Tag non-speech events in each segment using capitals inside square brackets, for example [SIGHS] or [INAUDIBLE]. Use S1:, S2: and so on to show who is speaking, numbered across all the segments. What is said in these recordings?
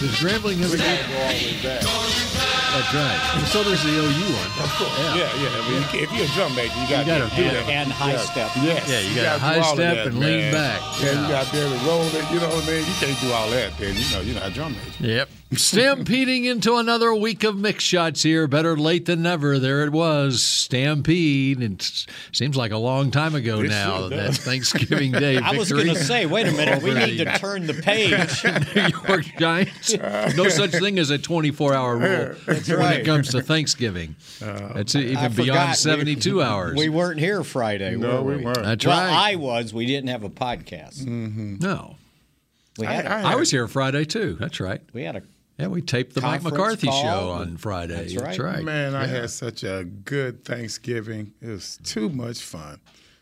S1: There's Grambling has a good That's right. And so there's the OU one.
S2: Of course. Yeah, yeah. I mean, you- if you're a drum major, you got
S1: gotta
S2: to
S1: do
S2: that.
S1: that.
S3: And high
S2: Yeah.
S3: step.
S2: Yes.
S1: Yeah, you
S2: gotta
S1: gotta
S2: do
S1: high
S2: all of
S1: step
S2: that,
S1: and lean
S2: man.
S1: back.
S2: Yeah,
S1: Yeah.
S2: you got there to roll it. You know what I mean? You can't do all that then. You know, you're not a drum major.
S1: Yep. Stampeding into another week of mix shots here. Better late than never. There it was. Stampede. It s- seems like a long time ago now.
S2: sure
S1: that
S2: does.
S1: Thanksgiving
S3: [LAUGHS]
S1: Day
S3: I was
S1: victory.
S3: going to say, wait a minute, we need
S1: [LAUGHS]
S3: to turn the page.
S1: New York Giants. No such thing as a 24-hour rule when it
S3: right. Uh,
S1: comes to Thanksgiving. That's e, even
S3: I forgot [LAUGHS]
S1: beyond
S3: we-
S1: 72 hours.
S3: We weren't here Friday,
S2: No,
S3: were
S2: we
S3: we?
S2: weren't. Mm-hmm.
S1: That's
S3: Well,
S1: right.
S3: I was. We didn't have a podcast.
S1: no,
S3: We, had a
S1: I was here Friday too. That's right.
S3: we had a.
S1: Yeah, we taped the Mike
S3: Conference
S1: McCarthy
S3: call.
S1: show on Friday. That's
S3: right.
S2: Man, I had such a good Thanksgiving. It was too much fun.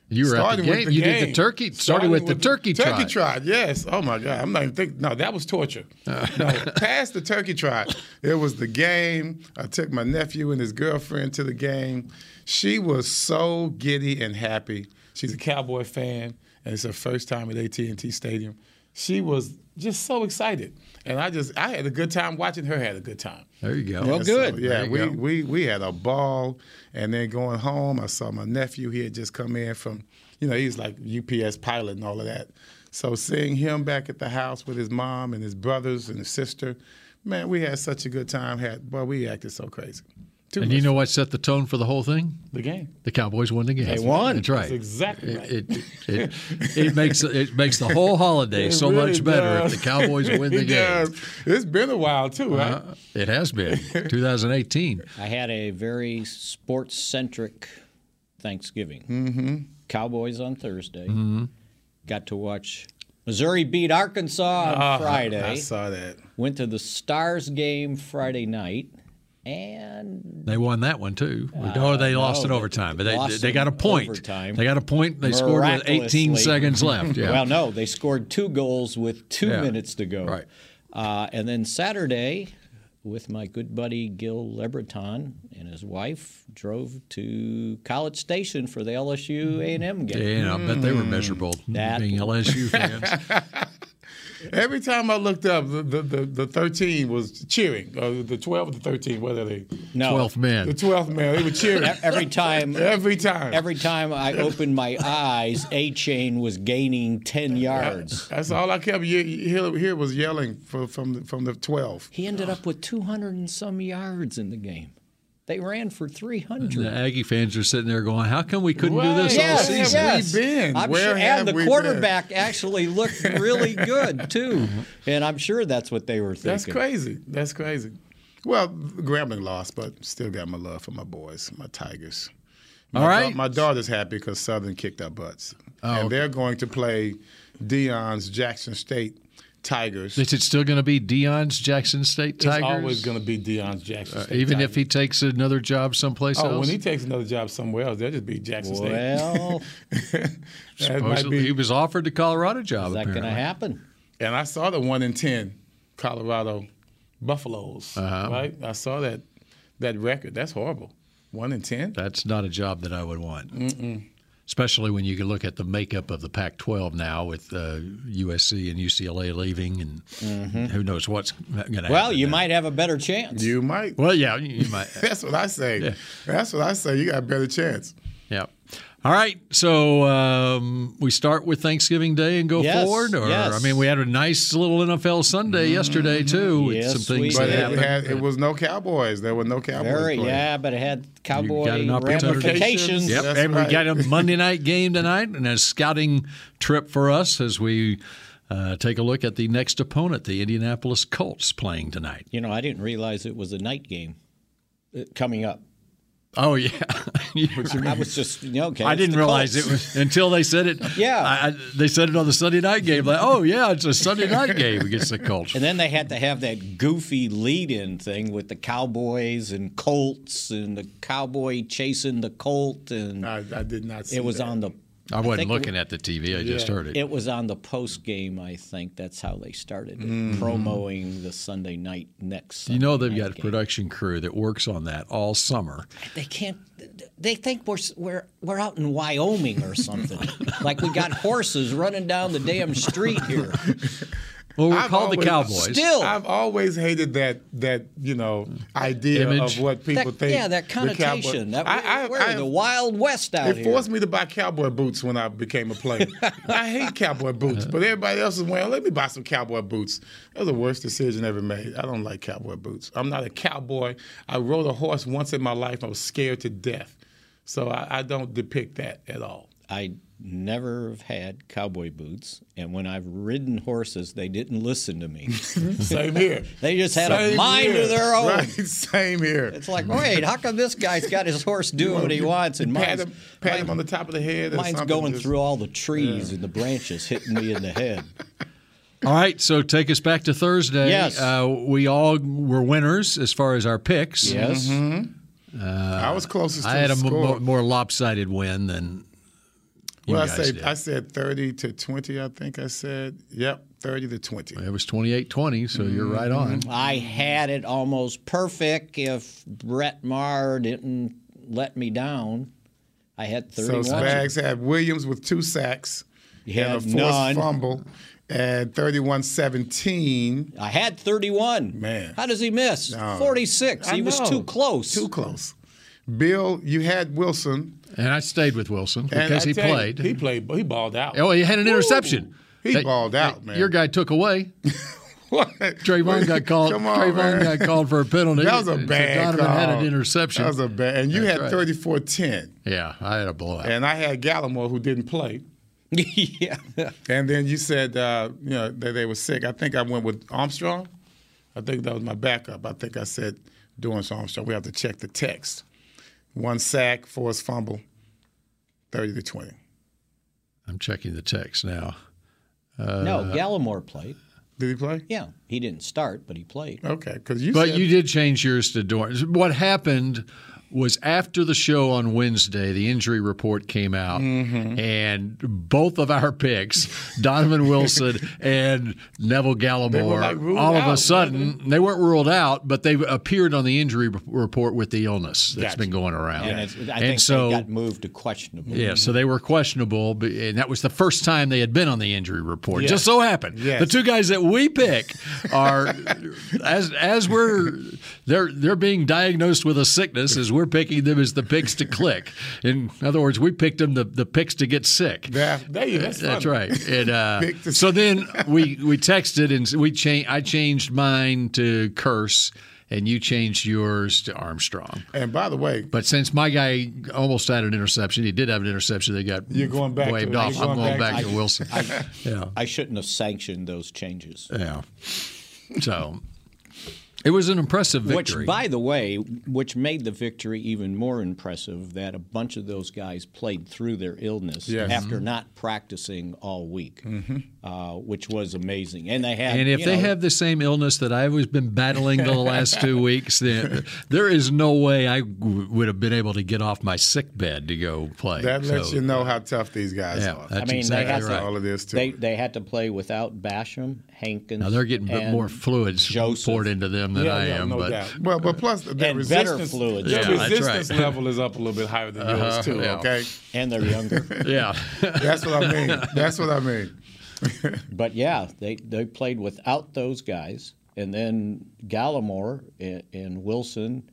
S1: You were at the
S2: Starting
S1: game.
S2: with
S1: you did
S2: game.
S1: the turkey. Started, with the turkey,
S2: Turkey
S1: trot.
S2: trot, yes. Oh my God, I'm not even thinking. No, that was torture.
S1: Uh.
S2: No, past the turkey trot, it was the game. I took my nephew and his girlfriend to the game. She was so giddy and happy. She's a Cowboy fan, and it's her first time at AT&T Stadium. She was just so excited, and I just I had a good time watching her. Had a good time.
S1: There you go.
S3: Well,
S2: And
S3: good.
S2: so, yeah,
S1: Oh, There you
S2: we,
S1: go.
S2: we we had a ball, and then going home, I saw my nephew. He had just come in from, you know, he's like UPS pilot and all of that. So seeing him back at the house with his mom and his brothers and his sister, man, we had such a good time. Had boy, we acted so crazy. Too
S1: And you
S2: much.
S1: know what set the tone for the whole thing?
S2: the game.
S1: The Cowboys won the game. They
S3: won.
S1: That's right.
S2: That's exactly right.
S1: It, it, it, it makes it makes the whole holiday
S2: It
S1: so
S2: really
S1: much better
S2: does.
S1: if the Cowboys win the
S2: It
S1: game.
S2: does. It's been a while too, right?
S1: Uh, it has been 2018.
S3: I had a very sports centric Thanksgiving.
S2: Mm-hmm.
S3: Cowboys on Thursday.
S1: Mm-hmm.
S3: Got to watch Missouri beat Arkansas on Friday.
S2: Ah, I saw that.
S3: Went to the Stars game Friday night, and
S1: They won that one too. oh, they lost
S3: no,
S1: in
S3: they
S1: overtime, but they
S3: lost
S1: they
S3: in
S1: got a point.
S3: overtime.
S1: They got a point. They scored with 18
S3: Miraculously.
S1: seconds left. Yeah.
S3: well, no, they scored two goals with two
S1: Yeah.
S3: minutes to go.
S1: Right.
S3: Uh, and then Saturday, with my good buddy Gil Lebreton and his wife, drove to College Station for the LSU A&M game.
S1: Mm-hmm. Yeah, I bet they were miserable
S2: Mm.
S3: That-
S1: being
S2: [LAUGHS]
S1: LSU fans.
S2: Every time I looked up, the the, the, the 13 was cheering. Uh, the 12 or the 13, what are they?
S3: No, e-,
S1: 12th
S2: The
S1: man.
S2: 12th man, they were cheering.
S3: every
S1: [LAUGHS]
S3: time.
S2: Every time.
S3: Every time I opened my eyes, A Chain was gaining 10 yards.
S2: That's all I kept ye- ye- hear, hear was yelling for, from the, from the twelve.
S3: He ended up with 200 and some yards in the game. They ran for 300.
S1: The Aggie fans are sitting there going, "How come we couldn't do this all
S3: Yes,
S1: season?"
S3: yes.
S2: we been?
S3: I'm
S2: Where
S3: sure,
S2: have
S3: and the
S2: we
S3: quarterback actually looked really
S2: [LAUGHS]
S3: good too, and I'm sure that's what they were thinking.
S2: That's crazy. That's crazy. Well, Grambling lost, but still got my love for my boys, my Tigers. My
S1: All right.
S2: da- my daughter's happy because Southern kicked our butts,
S1: Oh,
S2: and
S1: okay.
S2: they're going to play Dion's Jackson State Tigers.
S1: Is it still going to be Dion's Jackson State Tigers? Uh,
S2: It's always going to be Dion's Jackson State.
S1: Even if
S2: Tigers.
S1: he takes another job someplace
S2: Oh,
S1: else.
S2: when he takes another job somewhere else, they'll just be Jackson State.
S3: Well,
S2: [LAUGHS] That might
S1: Supposedly,
S2: be-
S1: he was offered the Colorado job.
S3: is that going
S1: apparently.
S3: to happen?
S2: And I saw the one in ten Colorado Buffaloes.
S1: Uh-huh.
S2: Right? I saw that that record. That's horrible. One in ten.
S1: That's not a job that I would want. Especially when you can look at the makeup of the Pac-12 now, with uh, USC and UCLA leaving, and
S2: Mm-hmm.
S1: who knows what's going to happen.
S3: Well, you
S1: there.
S3: might have a better chance.
S2: You might.
S1: Well, yeah, you you might.
S2: [LAUGHS] That's what I say. That's what I say. You got a better chance.
S1: Yeah. All right. So um, we start with Thanksgiving Day and go
S3: Yes,
S1: forward, or
S3: yes. Mm-hmm.
S1: I mean, we had a nice little NFL Sunday yesterday too. with
S3: Yes,
S1: some things
S3: we
S2: But
S1: that
S3: did.
S2: it,
S1: happened.
S2: had, it was no Cowboys. There were no Cowboys.
S3: Very,
S2: playing.
S3: yeah, but it had cowboy
S1: an opportunity.
S3: ramifications.
S1: Yep,
S2: That's
S1: and we
S2: right.
S1: got a Monday night game tonight, and a scouting trip for us as we Uh, take a look at the next opponent, the Indianapolis Colts, playing tonight.
S3: You know, I didn't realize it was a night game uh, coming up.
S1: Oh
S3: [LAUGHS]
S1: yeah, You're
S3: I
S1: [LAUGHS]
S3: was just you know, okay.
S1: I
S3: it's
S1: didn't
S3: the
S1: realize
S3: Colts.
S1: it was until they said it.
S3: [LAUGHS] Yeah.
S1: I, I- they said it on the Sunday night game. Like, oh yeah, it's a
S3: [LAUGHS]
S1: Sunday night game against the Colts.
S3: And then they had to have that goofy lead-in thing with the Cowboys and Colts and the Cowboy chasing the Colt, and
S2: I, I did not see
S3: it was
S2: that.
S3: on the.
S1: I wasn't
S3: think
S1: looking at the TV. I just heard it.
S3: It was on the post game, I think. That's how they started it,
S2: Mm.
S3: promoting the Sunday night next. Sunday
S1: you know they've
S3: night
S1: got a
S3: game.
S1: production crew that works on that all summer.
S3: They can't. They think we're s- we're we're out in Wyoming or
S2: [LAUGHS]
S3: something. like we got horses running down the damn street
S2: [LAUGHS]
S3: here.
S1: Well, we're
S2: I've
S1: called the
S2: always-
S1: Cowboys.
S3: Still,
S2: I've always hated that that you know idea
S1: Image.
S2: of what people
S3: that,
S2: think.
S3: yeah, that
S2: the cowboy-
S3: connotation. that
S2: I- I-
S3: we're
S2: I-
S3: in the Wild West out
S2: It
S3: here.
S2: forced me to buy cowboy boots when I became a
S3: [LAUGHS]
S2: player. I hate cowboy boots, but everybody else is wearing. Let me buy some cowboy boots. That was the worst decision ever made. I don't like cowboy boots. I'm not a cowboy. I rode a horse once in my life. I was scared to death, so I, I don't depict that at all.
S3: I never have had cowboy boots, and when I've ridden horses, they didn't listen to
S2: [LAUGHS]
S3: me. [LAUGHS]
S2: Same here.
S3: They just had a
S2: Same
S3: mind
S2: here.
S3: of their own.
S2: Right. Same here.
S3: It's like, wait, how come this guy's got his horse doing
S2: [LAUGHS]
S3: what he wants, and
S2: pat
S3: mine's,
S2: him, pat him on the top of the head. or
S3: mine's
S2: something,
S3: going
S2: just-
S3: through all the trees and the branches, hitting me in the head.
S1: All right, so take us back to Thursday.
S3: Yes.
S1: Uh, we all were winners as far as our picks.
S3: [LAUGHS] Yes,
S2: I was closest.
S1: I
S2: to
S1: had
S2: the
S1: a mo-
S2: score.
S1: mo- more lopsided win than you
S2: Well, I
S1: guys
S2: said
S1: did.
S2: I said thirty to twenty. I think I said yep, thirty to twenty.
S1: it was 28-20, so
S3: Mm-hmm.
S1: you're right on.
S3: I had it almost perfect. If Brett Maher didn't let me down, I had
S2: So
S3: thirty-one.
S2: Spags had Williams with two sacks
S3: He
S2: and a
S3: had
S2: forced
S3: none.
S2: fumble and 31-17.
S3: I had 31.
S2: Man.
S3: How does he miss? 46.
S2: I
S3: he was
S2: know.
S3: too close. [LAUGHS]
S2: Too close. Bill, you had Wilson
S1: And I stayed with Wilson
S2: and
S1: because
S2: I
S1: he
S2: tell you,
S1: played.
S2: he played. He balled out.
S1: oh, he had an interception.
S2: He balled out, man.
S1: Your guy took away.
S2: [LAUGHS] What? [LAUGHS]
S1: Trayvon got called.
S2: Come on,
S1: Trayvon
S2: man.
S1: got called for a
S2: [LAUGHS]
S1: penalty.
S2: That was a
S1: So
S2: bad
S1: Donovan had
S2: call.
S1: an interception.
S2: That was a bad. And you
S1: That's
S2: had
S1: right.
S2: thirty-four ten. 34-10.
S1: yeah, I had a blowout.
S2: And I had Gallimore who didn't play.
S3: yeah.
S2: And then you said uh, you know that they were sick. I think I went with Armstrong. I think that was my backup. I think I said Dorrance Armstrong. We have to check the text. One sack, forced fumble, thirty to twenty.
S1: I'm checking the text now.
S3: no, Gallimore played.
S2: Did he play?
S3: Yeah. He didn't start, but he played.
S2: Okay, because you.
S1: But
S2: said,
S1: you did change yours to Dorrance. What happened was after the show on Wednesday, the injury report came out, and both of our picks, [LAUGHS] Donovan Wilson and Neville Gallimore,
S2: like, ruled
S1: all of a
S2: out,
S1: sudden, they weren't ruled out, but they appeared on the injury re- report with the illness that's
S2: Gotcha.
S1: been going around.
S3: And it's, I think they got moved to questionable.
S1: Yeah, so they were questionable, but- and that was the first time they had been on the injury report. Just so happened,
S2: Yes.
S1: the two guys that we pick are as as we're they're they're being diagnosed with a sickness as we're picking them as the picks to click. In other words, we picked them the, the picks to get sick.
S2: Yeah, there you- that's,
S1: That's
S2: funny.
S1: right. And
S2: [LAUGHS]
S1: uh,
S2: Pick to-
S1: so then we we texted and we cha- I changed mine to curse, and you changed yours to Armstrong.
S2: And by the way,
S1: But since my guy almost had an interception, he did have an interception. They got
S2: You're going back
S1: waved
S2: to-
S1: off.
S2: you're
S1: I'm
S2: going
S1: going
S2: back
S1: back, to Wilson. yeah,
S3: I shouldn't have sanctioned those changes.
S1: yeah. So it was an impressive victory.
S3: Which, by the way, which made the victory even more impressive that a bunch of those guys played through their illness
S1: Mm-hmm.
S2: Yes.
S3: after not practicing all week, uh, which was amazing. And they had.
S1: and if
S3: you
S1: they
S3: know,
S1: have the same illness that I've always been battling the last two weeks, then there is no way I w- would have been able to get off my sick bed to go play.
S2: that lets
S1: So,
S2: you know how tough these guys
S1: Yeah,
S2: are.
S1: that's
S3: I mean, they had
S1: exactly
S3: to-
S1: right.
S2: all of this too.
S3: They, they had to play without Basham, Hankins.
S1: Now they're getting
S3: and
S1: more fluids
S3: Joseph.
S1: poured into them than I am.
S2: no
S1: but
S2: doubt. Well, but plus the, the
S3: And better
S2: resistance,
S3: fluids.
S2: their
S1: Yeah, that's
S2: resistance
S1: right. Uh-huh,
S2: level is up a little bit higher than yours too.
S1: yeah.
S2: Okay,
S3: and they're
S1: [LAUGHS]
S3: younger.
S1: yeah.
S2: that's what I mean. That's what I mean.
S3: but yeah, they, they played without those guys, and then Gallimore and, and Wilson,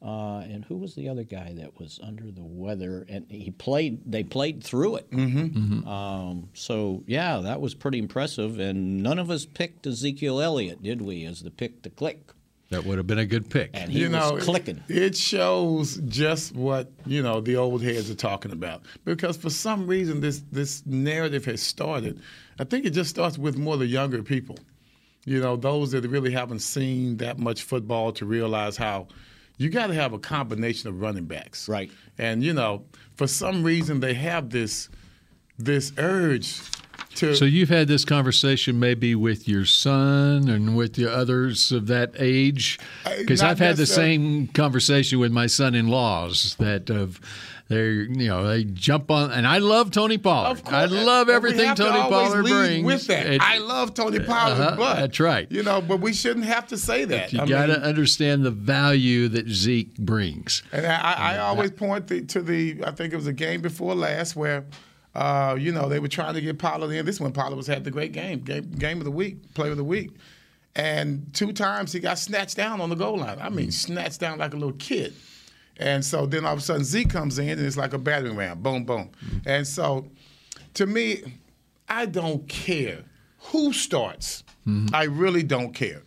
S3: uh, and who was the other guy that was under the weather? And he played. They played through it. Mm-hmm. Um, so yeah, that was pretty impressive. And none of us picked Ezekiel Elliott, did we? As the pick to click.
S1: That would have been a good pick.
S3: and he
S2: you know,
S3: was clicking.
S2: Oh, It shows just what you know the old heads are talking about because for some reason this this narrative has started. I think it just starts with more the younger people, you know, those that really haven't seen that much football to realize how you got to have a combination of running backs,
S3: Right.
S2: And you know, for some reason they have this this urge to.
S1: So you've had this conversation maybe with your son and with the others of that age,
S2: I-
S1: because
S2: Uh, not
S1: I've had the
S2: necessar-
S1: same conversation with my son-in-laws that of they you know they jump on and I love Tony Pollard.
S2: Of course.
S1: I love
S2: But we
S1: everything
S2: have to
S1: Tony
S2: always
S1: Pollard
S2: lead
S1: brings.
S2: With that,
S1: And
S2: I love Tony Pollard,
S1: Uh-huh,
S2: but
S1: that's right.
S2: You know, but we shouldn't have to say that.
S1: you
S2: I
S1: got to
S2: mean,
S1: understand the value that Zeke brings.
S2: and I, I, I always point the, to the. I think it was a game before last where, uh, you know, they were trying to get Pollard in. This one, Pollard was had the great game, game, game of the week, play of the week, and two times he got snatched down on the goal line. I
S1: Mm.
S2: mean, snatched down like a little kid. And so then all of a sudden Zeke comes in and it's like a battering ram, boom, boom.
S1: Mm.
S2: And so to me, I don't care who starts.
S3: Mm-hmm.
S2: I really don't care.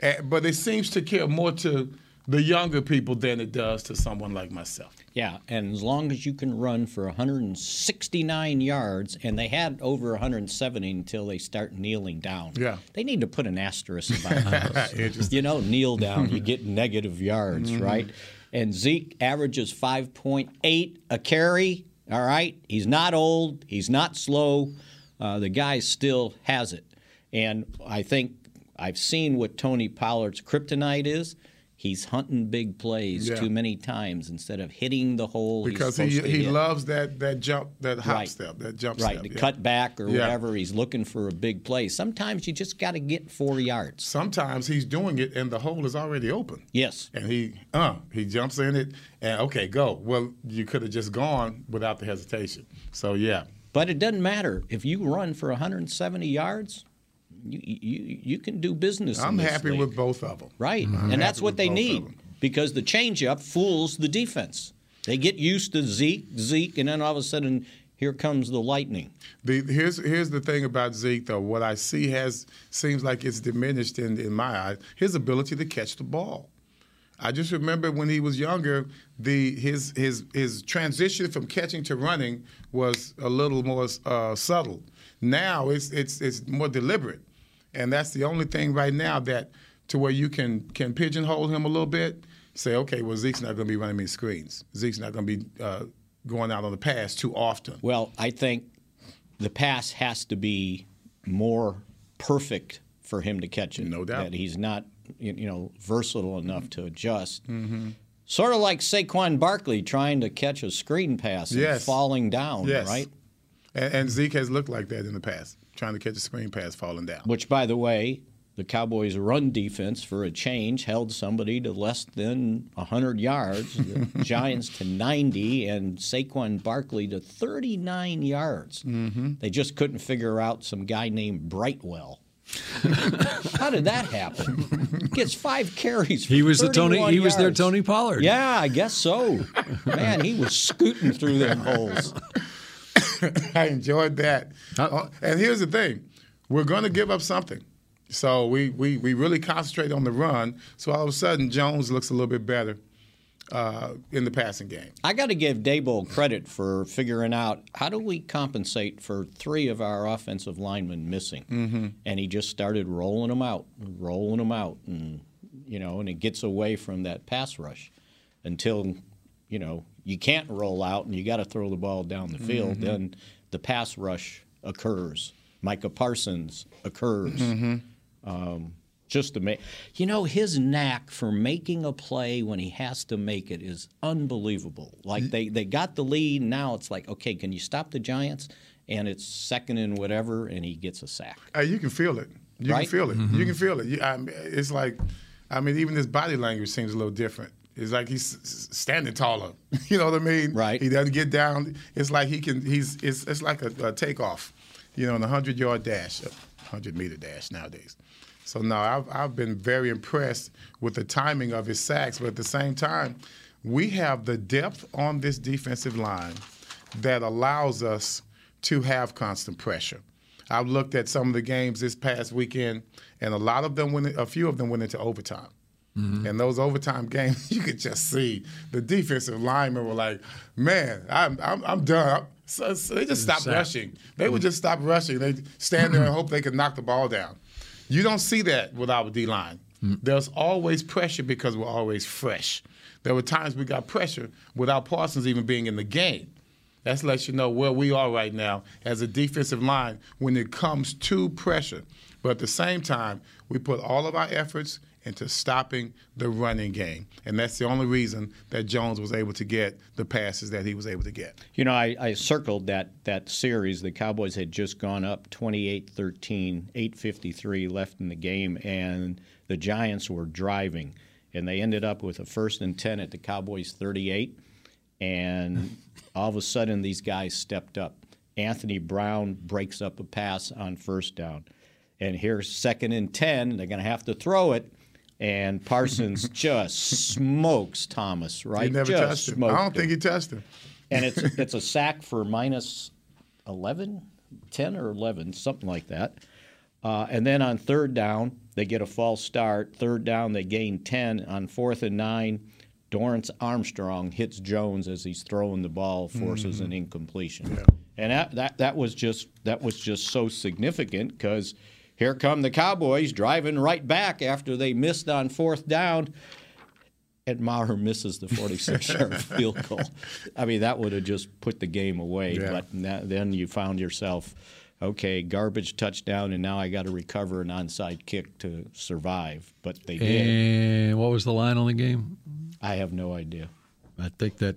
S2: Eh, but it seems to care more to the younger people than it does to someone like myself.
S3: Yeah, and as long as you can run for 169 yards, and they had over 170 until they start kneeling down.
S2: Yeah.
S3: They need to put an asterisk about that.
S2: Interesting.
S3: [LAUGHS] you know, kneel down,
S2: [LAUGHS]
S3: you get negative yards,
S2: Mm-hmm.
S3: right? And Zeke averages 5.8 a carry, all right? He's not old, he's not slow. Uh, the guy still has it. And I think I've seen what Tony Pollard's kryptonite is. He's hunting big plays
S2: Yeah.
S3: too many times instead of hitting the hole. he's
S2: Because he,
S3: supposed to
S2: he
S3: hit.
S2: loves that, that jump, that hop
S3: Right.
S2: step, that jump
S3: right
S2: step.
S3: the
S2: yeah.
S3: cut back or
S2: Yeah.
S3: whatever. He's looking for a big play. Sometimes you just got to get four yards.
S2: Sometimes he's doing it and the hole is already open.
S3: Yes.
S2: And he uh he jumps in it and okay, go. Well, you could have just gone without the hesitation. So yeah.
S3: But it doesn't matter if you run for 170 yards. You you you can do business. in
S2: I'm
S3: this
S2: happy
S3: league.
S2: with both of them.
S3: Right, and
S2: happy
S3: that's what
S2: with
S3: they
S2: both of
S3: need
S2: them.
S3: because the changeup fools the defense. They get used to Zeke, Zeke, and then all of a sudden, here comes the lightning.
S2: The, here's here's the thing about Zeke though. What I see has seems like it's diminished in, in my eyes. His ability to catch the ball. I just remember when he was younger, the his his his transition from catching to running was a little more uh, subtle. Now it's it's it's more deliberate, and that's the only thing right now that to where you can can pigeonhole him a little bit. Say, okay, well Zeke's not going to be running me screens. Zeke's not going to be uh, going out on the pass too often.
S3: Well, I think the pass has to be more perfect for him to catch it.
S2: No doubt.
S3: That he's not, you you know, versatile enough to adjust.
S2: Mm-hmm.
S3: Sort of like Saquon Barkley trying to catch a screen pass and
S2: Yes.
S3: falling down, right?
S2: And, and Zeke has looked like that in the past, trying to catch a screen pass falling down.
S3: Which, by the way, the Cowboys' run defense for a change held somebody to less than 100 yards, the Giants to 90, and Saquon Barkley to 39 yards. They just couldn't figure out some guy named Brightwell. How did that happen? Gets five carries. For
S1: He was the Tony.
S3: 31
S1: He was their
S3: yards.
S1: Tony Pollard.
S3: Yeah, I guess so. Man, he was scooting through
S1: [LAUGHS]
S3: them holes.
S2: [LAUGHS] I enjoyed that. Oh, and here's the thing we're going to give up something. So we, we, we really concentrate on the run. So all of a sudden, Jones looks a little bit better uh, in the passing game.
S3: I got to give Dable credit for figuring out how do we compensate for three of our offensive linemen missing, mm-hmm. and he just started rolling them out, rolling them out, and you know, and it gets away from that pass rush until you know you can't roll out and you got to throw the ball down the field. Then the pass rush occurs. Micah Parsons occurs just amazing. You know, his knack for making a play when he has to make it is unbelievable. Like they they got the lead. Now it's like, okay, can you stop the Giants? And it's second and whatever, and he gets a sack.
S2: Uh, you can feel it. You
S3: Right?
S2: can feel it. You can feel it. You, I, it's like, I mean, even his body language seems a little different. It's like he's s- s- standing taller. [LAUGHS] you know what I mean?
S3: Right.
S2: He doesn't get down. It's like he can. He's. It's. It's like a, a takeoff. You know, in a hundred yard dash, a hundred meter dash nowadays. So no, I've I've been very impressed with the timing of his sacks, but at the same time, we have the depth on this defensive line that allows us to have constant pressure. I've looked at some of the games this past weekend, and a lot of them went, a few of them went into overtime. And those overtime [LAUGHS] games, you could just see the defensive linemen were like, "Man, I'm I'm, I'm done." So, so they just stopped
S1: Sack.
S2: rushing. They would just stop rushing. They stand there and hope they could knock the ball down. You don't see that with our D line. There's always pressure because we're always fresh. There were times we got pressure without Parsons even being in the game. That's lets you know where we are right now as a defensive line when it comes to pressure. But at the same time, we put all of our efforts into stopping the running game. And that's the only reason that Jones was able to get the passes that he was able to get.
S3: You know, I, I circled that, that series. The Cowboys had just gone up 28 13, 8.53 left in the game, and the Giants were driving. And they ended up with a first and 10 at the Cowboys 38.
S2: [LAUGHS]
S3: And all of a sudden, these guys stepped up. Anthony Brown breaks up a pass on first down. And here's second and 10. They're going to have to throw it. And
S2: [LAUGHS]
S3: Parsons just smokes Thomas, right?
S2: He never
S3: just
S2: touched him. I
S3: smoked
S2: don't
S3: him
S2: think he touched
S3: [LAUGHS]
S2: him.
S3: and it's it's a sack for minus 11 10 or 11 something like that uh, and then on third down they get a false start third down they gain 10 on fourth and 9 Dorrance Armstrong hits Jones as he's throwing the ball forces an incompletion and that, that that was just that was just so significant cuz here come the Cowboys driving right back after they missed on fourth down and Maher misses
S2: [LAUGHS]
S3: the 46 yard field goal. I mean, that would have just put the game away.
S2: Yeah.
S3: But na- then you found yourself, okay, garbage touchdown, and now I got to recover an onside kick to survive. But they did.
S1: Eh. And what was the line on the game?
S3: I have no idea.
S1: I think that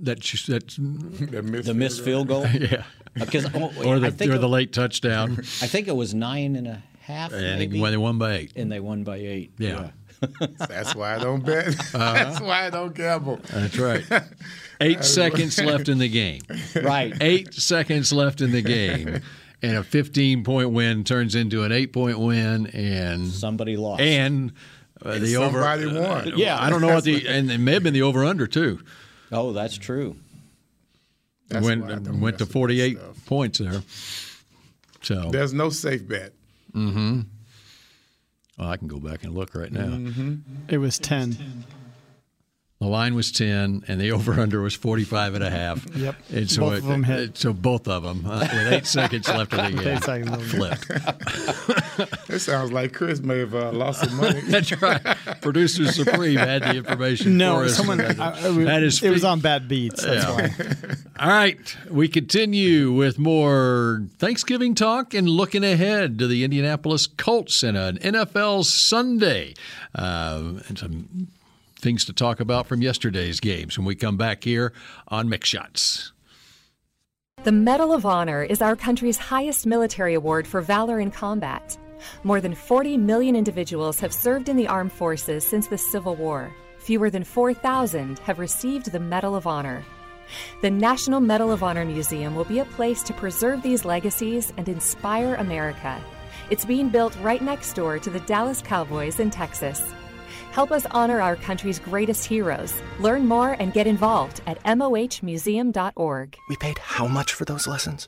S1: that that's
S2: The missed
S3: The missed
S2: field
S3: field goal?
S1: [LAUGHS] yeah,
S3: Because oh,
S1: or
S3: I,
S1: the
S3: think
S1: or
S3: it,
S1: the late [LAUGHS] touchdown.
S3: I think it was nine and a half.
S1: I think
S3: maybe,
S1: when they won by eight.
S3: and they won by eight.
S1: Yeah.
S2: goal. That's why I don't bet.
S3: Uh-huh.
S2: [LAUGHS] That's why I don't gamble.
S1: That's right. [LAUGHS] Eight seconds left in the game.
S3: Yeah.
S1: [LAUGHS]
S3: right.
S1: Eight seconds left in the game, and a 15-point win turns into an eight-point win, and
S3: Somebody lost.
S1: and uh, the over. Uh,
S2: Somebody won.
S1: yeah, I don't know what the and it may have been the over under too.
S3: oh, that's true.
S2: That's
S1: went
S2: why I don't
S1: went
S2: mess with
S1: to
S2: this
S1: 48
S2: stuff.
S1: points there. So
S2: There's no safe bet.
S1: well, I can go back and look right now.
S4: Mm-hmm. It was 10.
S1: The line was 10 and the [LAUGHS] over under was 45 and a half.
S4: Yep.
S1: And so
S4: Both
S1: it-
S4: of 'em hit.
S1: So both of them uh, with 8 seconds left in the game.
S4: [LAUGHS] Eight seconds left.
S1: Flipped.
S2: It sounds like Chris may have uh, lost some money.
S1: [LAUGHS]
S3: [LAUGHS]
S1: That's right. Producer Supreme had the information for
S4: No,
S1: us.
S4: someone. I- I- we-
S1: That is
S4: it was
S1: speak-
S4: on bad beats. That's why.
S1: All right, we continue with more Thanksgiving talk and looking ahead to the Indianapolis Colts and an NFL Sunday. Um, and some things to talk about from yesterday's games when we come back here on Mix Shots.
S5: The Medal of Honor is our country's highest military award for valor in combat. More than 40 million individuals have served in the armed forces since the Civil War. Fewer than 4,000 have received the Medal of Honor. The National Medal of Honor Museum will be a place to preserve these legacies and inspire America. It's being built right next door to the Dallas Cowboys in Texas. Help us honor our country's greatest heroes. Learn more and get involved at mohmuseum.org.
S6: We paid how much for those lessons?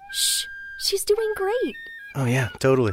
S7: She's doing great.
S6: Oh, yeah, totally.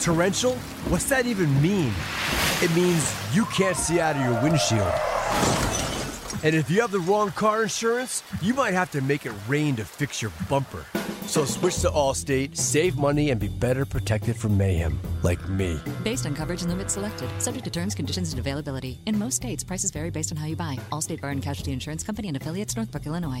S8: Torrential? What's that even mean? It means you can't see out of your windshield. And if you have the wrong car insurance, you might have to make it rain to fix your bumper. So switch to Allstate, save money, and be better protected from mayhem, like me.
S7: Based on coverage and limits selected, subject to terms, conditions, and availability. In most states, prices vary based on how you buy. Allstate Bar and Casualty Insurance Company and affiliates, Northbrook, Illinois.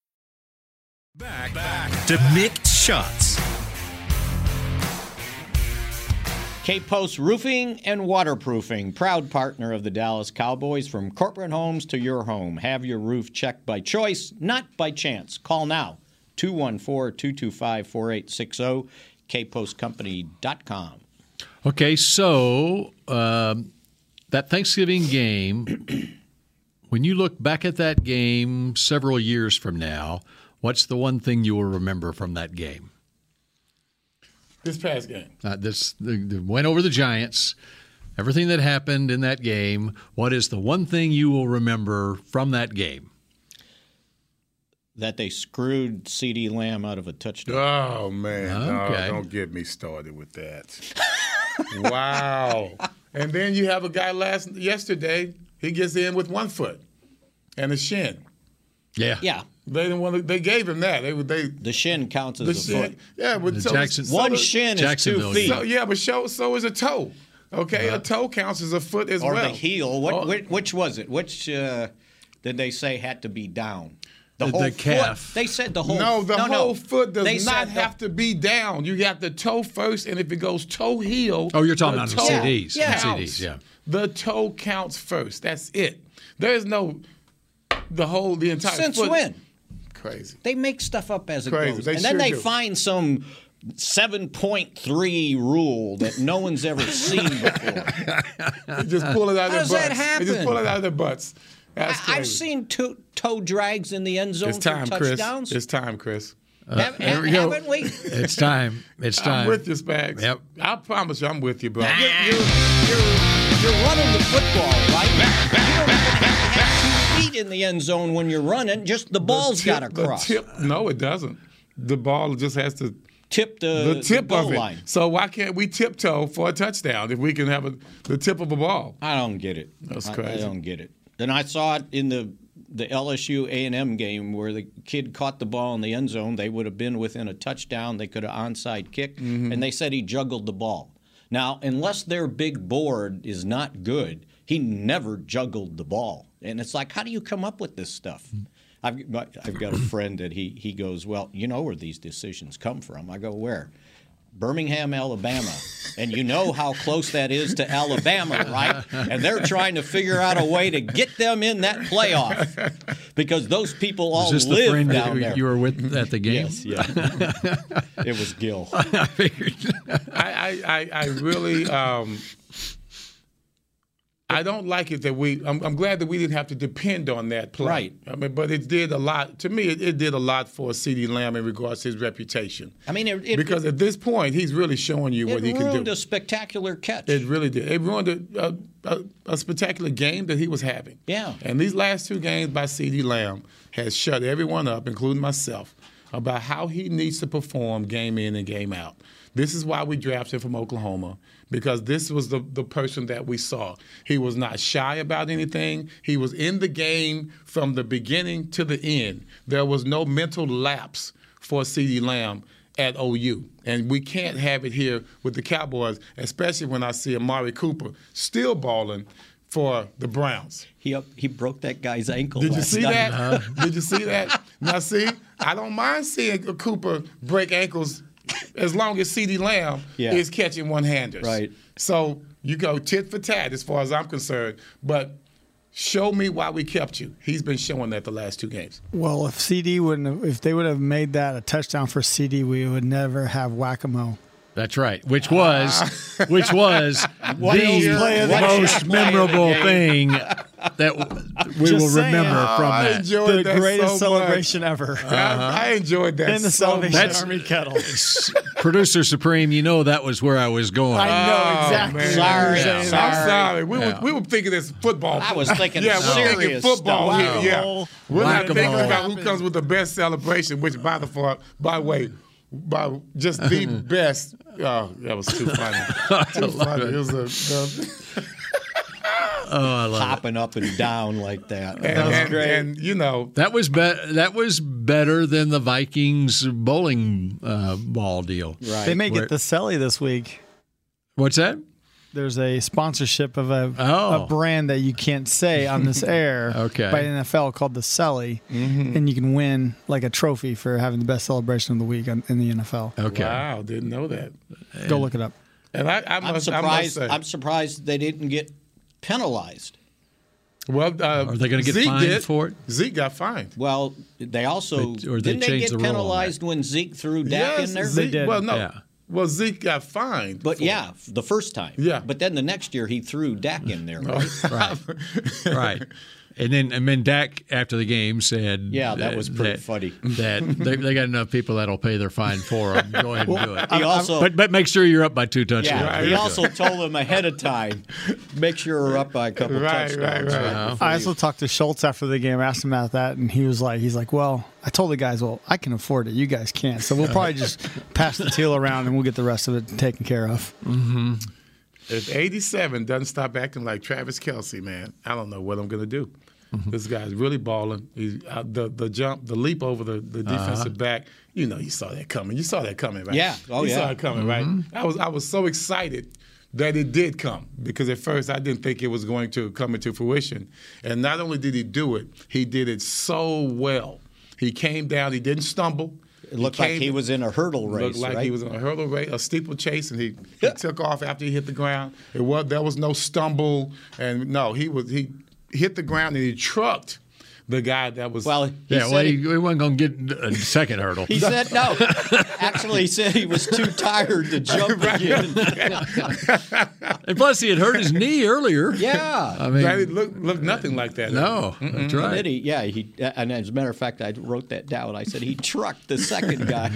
S9: To mixed shots.
S3: Cape Post Roofing and Waterproofing, proud partner of the Dallas Cowboys from corporate homes to your home. Have your roof checked by choice, not by chance. Call now 214 225 4860, kpostcompany.com.
S1: Okay, so um, that Thanksgiving game, when you look back at that game several years from now, what's the one thing you will remember from that game?
S2: This past game.
S1: Uh, this the, the went over the Giants. Everything that happened in that game. What is the one thing you will remember from that game?
S3: That they screwed C.D. Lamb out of a touchdown.
S2: Oh man, No,
S3: Okay.
S2: don't get me started with that. [LAUGHS] wow. And then you have a guy last yesterday. He gets in with one foot and a shin.
S1: Yeah.
S3: Yeah.
S2: They didn't want. To, they gave him that. They they.
S3: The shin counts as
S2: The
S3: a
S2: shin-
S3: foot.
S2: Yeah, but so- so
S3: one
S2: the-
S3: shin is two feet.
S2: So, yeah, but so, so is a toe. Okay, a toe counts as a foot as
S3: or
S2: well.
S3: the heel.
S2: Oh,
S3: What, which, which was it? Which uh, did they say had to be down?
S2: The- the
S3: foot.
S2: calf.
S3: They said the whole.
S2: no, the
S3: no.
S2: whole foot does
S3: They said
S2: not
S3: the-
S2: have to be down. You got the toe first, and if it goes toe heel.
S1: Oh, you're talking
S2: the
S1: about the
S2: toe
S1: CDs.
S2: Yeah.
S1: CDs, yeah.
S2: The toe counts first. That's it. There's no the whole the entire
S3: Since
S2: foot.
S3: when?
S2: Crazy.
S3: They make stuff up as it
S2: Crazy.
S3: goes,
S2: They
S3: and then
S2: sure
S3: they
S2: do.
S3: find some. 7.3 rule that no
S2: [LAUGHS]
S3: one's ever seen before.
S2: They just pull it out of
S3: How
S2: their butts.
S3: does that
S2: They just pull it
S3: happen?
S2: out of their butts. That's
S3: I, I've
S2: crazy.
S3: seen two, toe drags in the end zone
S2: It's time,
S3: for
S2: Chris.
S3: touchdowns.
S2: It's time, Chris.
S3: Have-
S1: there we go.
S3: haven't
S2: [LAUGHS]
S3: we?
S1: It's time. It's time.
S2: I'm with you, Spags.
S1: Yep.
S2: I promise you, I'm with you, bro.
S3: You're running the football, right? you don't even have to have two feet in the end zone when you're running. Just the ball's got to
S2: The
S3: cross.
S2: tip- no, it doesn't. The ball just has to
S3: tip
S2: the,
S3: the
S2: tip
S3: goal
S2: of it.
S3: line.
S2: So why can't we tiptoe for a touchdown if we can have a, the tip of a ball?
S3: I don't get it.
S2: That's
S3: I- I,
S2: crazy.
S3: don't get it. And I saw it in the the LSU A and M game where the kid caught the ball in the end zone. They would have been within a touchdown. They could have onside kick,
S2: Mm-hmm.
S10: Mhm.
S3: and they said he juggled the ball. Now, unless their big board is not good, he never juggled the ball. And it's like, how do you come up with this stuff? I've,
S2: Mm-hmm.
S3: my- I've got a friend that he he goes, well, you know where these decisions come from. I go, where? Birmingham, Alabama. And you know how close that is to Alabama, right? And they're trying to figure out a way to get them in that playoff because those people all
S1: Is this the
S3: live
S1: friend
S3: down
S1: you,
S3: there.
S1: you were with at the game?
S3: Yes, it was
S1: [LAUGHS]
S3: Gil.
S2: I, I, I, I really, um, I don't like it that we. I'm, I'm glad that we didn't have to depend on that play.
S3: Right.
S2: I mean, but it did a lot to me. It, it did a lot for C.D. Lamb in regards to his reputation.
S3: I mean, it, it,
S2: because at this point, he's really showing you
S3: it
S2: what he
S3: ruined
S2: can do.
S3: a spectacular catch.
S2: It really did. It ruined a, a, a, a spectacular game that he was having.
S3: Yeah.
S2: And these last two games by C.D. Lamb has shut everyone up, including myself, about how he needs to perform game in and game out. This is why we drafted from Oklahoma, because this was the, the person that we saw. He was not shy about anything. He was in the game from the beginning to the end. There was no mental lapse for C.D. Lamb at OU. And we can't have it here with the Cowboys, especially when I see Amari Cooper still balling for the Browns.
S3: He up, he broke that guy's ankle.
S2: Did you
S3: last
S2: see
S3: night.
S2: that? [LAUGHS] Did you see that? Now see, I don't mind seeing a Cooper break ankles as long as CeeDee Lamb
S3: Yeah.
S2: is catching one handers.
S3: Right.
S2: So you go tit for tat as far as I'm concerned. But show me why we kept you. He's been showing that the last two games.
S4: Well, if CD wouldn't, have, if they would have made that a touchdown for CD, we would never have whack a mole.
S1: That's right. Which was, which was the
S4: What else play of the
S1: most
S4: game? Play
S1: memorable
S4: of the
S1: thing that we will remember
S2: Oh,
S1: from
S2: I
S1: that.
S2: enjoyed
S4: The
S2: that
S4: greatest
S2: so
S4: celebration
S2: much.
S4: ever.
S2: I, I enjoyed that.
S4: In the
S2: so
S4: Salvation
S2: much.
S4: Army kettle.
S1: [LAUGHS] Producer Supreme, you know that was where I was going.
S2: I know exactly man. where you're
S1: Yeah.
S2: saying that. I'm sorry. We, were, we were thinking this football.
S1: I was
S2: [LAUGHS]
S1: thinking
S2: yeah, we're thinking
S1: serious
S2: football
S1: stuff.
S2: here. Yeah,
S1: Wow.
S2: we're not
S1: Whack-a-mole.
S2: thinking about who comes with the best celebration. Which, by the far, by way, by just
S1: [LAUGHS]
S2: the best. Oh, that was too funny.
S3: I
S2: too
S3: love
S2: funny.
S3: it.
S2: It was a. the-
S3: Hopping up and down like that.
S2: and, and, and, you know,
S1: That was be- that was better than the Vikings bowling uh, ball deal.
S4: They may
S1: Where-
S4: get the Selly this week.
S1: What's that?
S4: There's a sponsorship of a,
S1: Oh.
S4: a brand that you can't say on
S1: [LAUGHS]
S4: this air
S1: Okay.
S4: by NFL called the Selly, and you can win like a trophy for having the best celebration of the week on, in the NFL.
S2: Wow, didn't know that.
S4: Go look it up.
S2: And I, I
S3: am
S2: must, I must
S3: surprised.
S2: say,
S3: I'm surprised they didn't get penalized.
S2: well, uh,
S1: Are they gonna get
S2: Zeke
S1: fined
S2: did.
S1: for it?
S2: Zeke got fined.
S3: Well, they also
S1: They- or they
S3: didn't they
S1: changed
S3: get
S1: the rule on that.
S3: penalized when Zeke threw Dak
S2: Yes,
S3: in there.
S2: Zeke- Well, no.
S3: Yeah.
S2: Well, Zeke got fined.
S3: But
S2: for it.
S3: yeah, the first time. Yeah. But then the next year he threw Dak in there.
S2: Oh,
S3: Right?
S1: right, [LAUGHS] right. And then and then Dak after the game said,
S3: Yeah, that was pretty
S1: that-
S3: funty.
S1: That they, they got enough people that'll pay their fine for them. Go ahead and do it.
S3: He also-
S1: but but make sure you're up by two touchdowns.
S3: yeah.
S1: You're
S3: He
S1: good.
S3: also told them ahead of time, make sure we're up by a couple
S2: Right,
S3: touchdowns.
S2: right, right.
S3: before
S4: I
S3: you-
S4: also talked to Schultz after the game, asked him about that, and he was like, he's like, well, I told the guys, well, I can afford it. You guys can't. So we'll
S2: [LAUGHS]
S4: probably just pass the teal around and we'll get the rest of it taken care of.
S2: Mm-hmm. If 87 doesn't stop acting like Travis Kelsey, man, I don't know what I'm going to do. This guy's really balling. He's uh, the the jump, the leap over the, the defensive
S3: Uh-huh.
S2: back. You know, you saw that coming. You saw that coming, right?
S3: Yeah. Oh,
S2: you
S3: yeah.
S2: saw it coming, right?
S3: Mm-hmm.
S2: I was I was so excited that it did come because at first I didn't think it was going to come into fruition. And not only did he do it, he did it so well. He came down. He didn't stumble.
S3: It looked like
S2: came-
S3: he was in a hurdle race.
S2: Looked like
S3: right?
S2: he was on a hurdle race, a steeplechase, and he, he took off after he hit the ground. It was there was no stumble, and no, he was he hit the ground and he trucked the guy that was. Well,
S1: yeah. Well, he, he wasn't gonna get a second hurdle.
S3: [LAUGHS] He
S2: [LAUGHS]
S3: said no. Actually, he said he was too tired
S2: [LAUGHS]
S3: to jump again.
S1: and plus he had hurt his knee earlier.
S3: Yeah.
S1: I mean,
S2: it looked looked nothing like that.
S1: No, that's
S3: And
S1: right.
S3: then he, yeah, he, and as a matter of fact, I wrote that down. I said he trucked the
S2: [LAUGHS]
S3: second guy.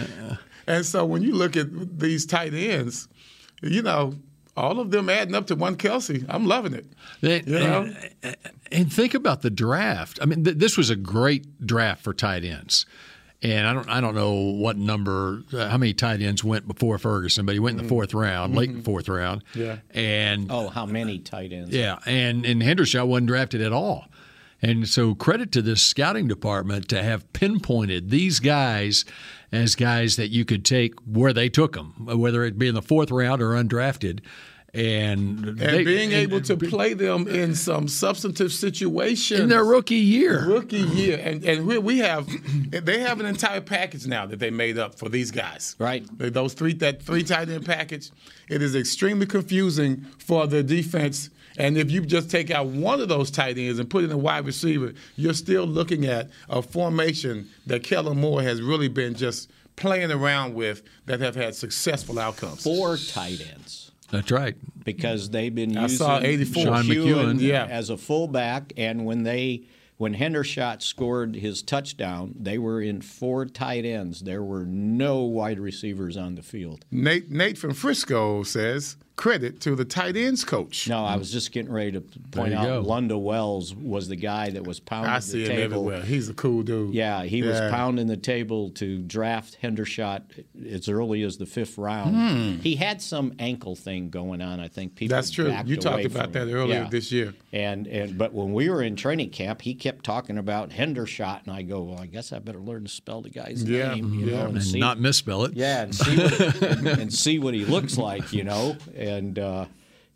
S2: And so when you look at these tight ends, you know all of them adding up to one Kelsey. I'm loving it.
S1: They-
S2: You know?
S1: and, and think about the draft. I mean, th- this was a great draft for tight ends. And I don't, I don't know what number, uh, how many tight ends went before Ferguson, but he
S2: Mm-hmm.
S1: went in the fourth round, late in the fourth round.
S3: Yeah.
S1: And
S3: Oh, how many tight ends?
S1: yeah, and and Hendershot wasn't drafted at all. And so credit to this scouting department to have pinpointed these guys as guys that you could take where they took them, whether it be in the fourth round or undrafted. And,
S2: And being able to play them in some substantive situations
S1: in their rookie year.
S2: rookie year, and and we, we have they have an entire package now that they made up for these guys.
S3: Right,
S2: those three that three tight end package. It is extremely confusing for the defense. And if you just take out one of those tight ends and put in a wide receiver, you're still looking at a formation that Kellen Moore has really been just playing around with that have had successful outcomes.
S3: Four tight ends.
S1: That's right.
S3: Because they've been
S2: Mm-hmm. I
S3: using
S2: saw 84. Sean McEwen, yeah.
S3: as a fullback, and when they when Hendershot scored his touchdown, they were in four tight ends. There were no wide receivers on the field.
S2: Nate Nate from Frisco says credit to the tight ends coach.
S3: No, I was just getting ready to
S2: Mm-hmm.
S3: point
S2: you go.
S3: out Lunda Wells was the guy that was pounding
S2: I
S3: the
S2: see him
S3: table.
S2: everywhere. He's a cool dude.
S3: Yeah, he was
S2: Yeah.
S3: pounding the table to draft Hendershot as early as the fifth round.
S2: Hmm.
S3: He had some ankle thing going on. I think people.
S2: That's true.
S3: backed
S2: You talked
S3: away
S2: about
S3: from
S2: that
S3: him.
S2: earlier
S3: Yeah.
S2: this year.
S3: And and but when we were in training camp, he kept talking about Hendershot, and I go, well, I guess I better learn to spell the guy's
S1: Yeah,
S3: name, you
S1: yeah.
S3: know, and,
S1: And
S3: see,
S1: not misspell it.
S3: Yeah, and see what, [LAUGHS] and see what he looks like, you know, and uh,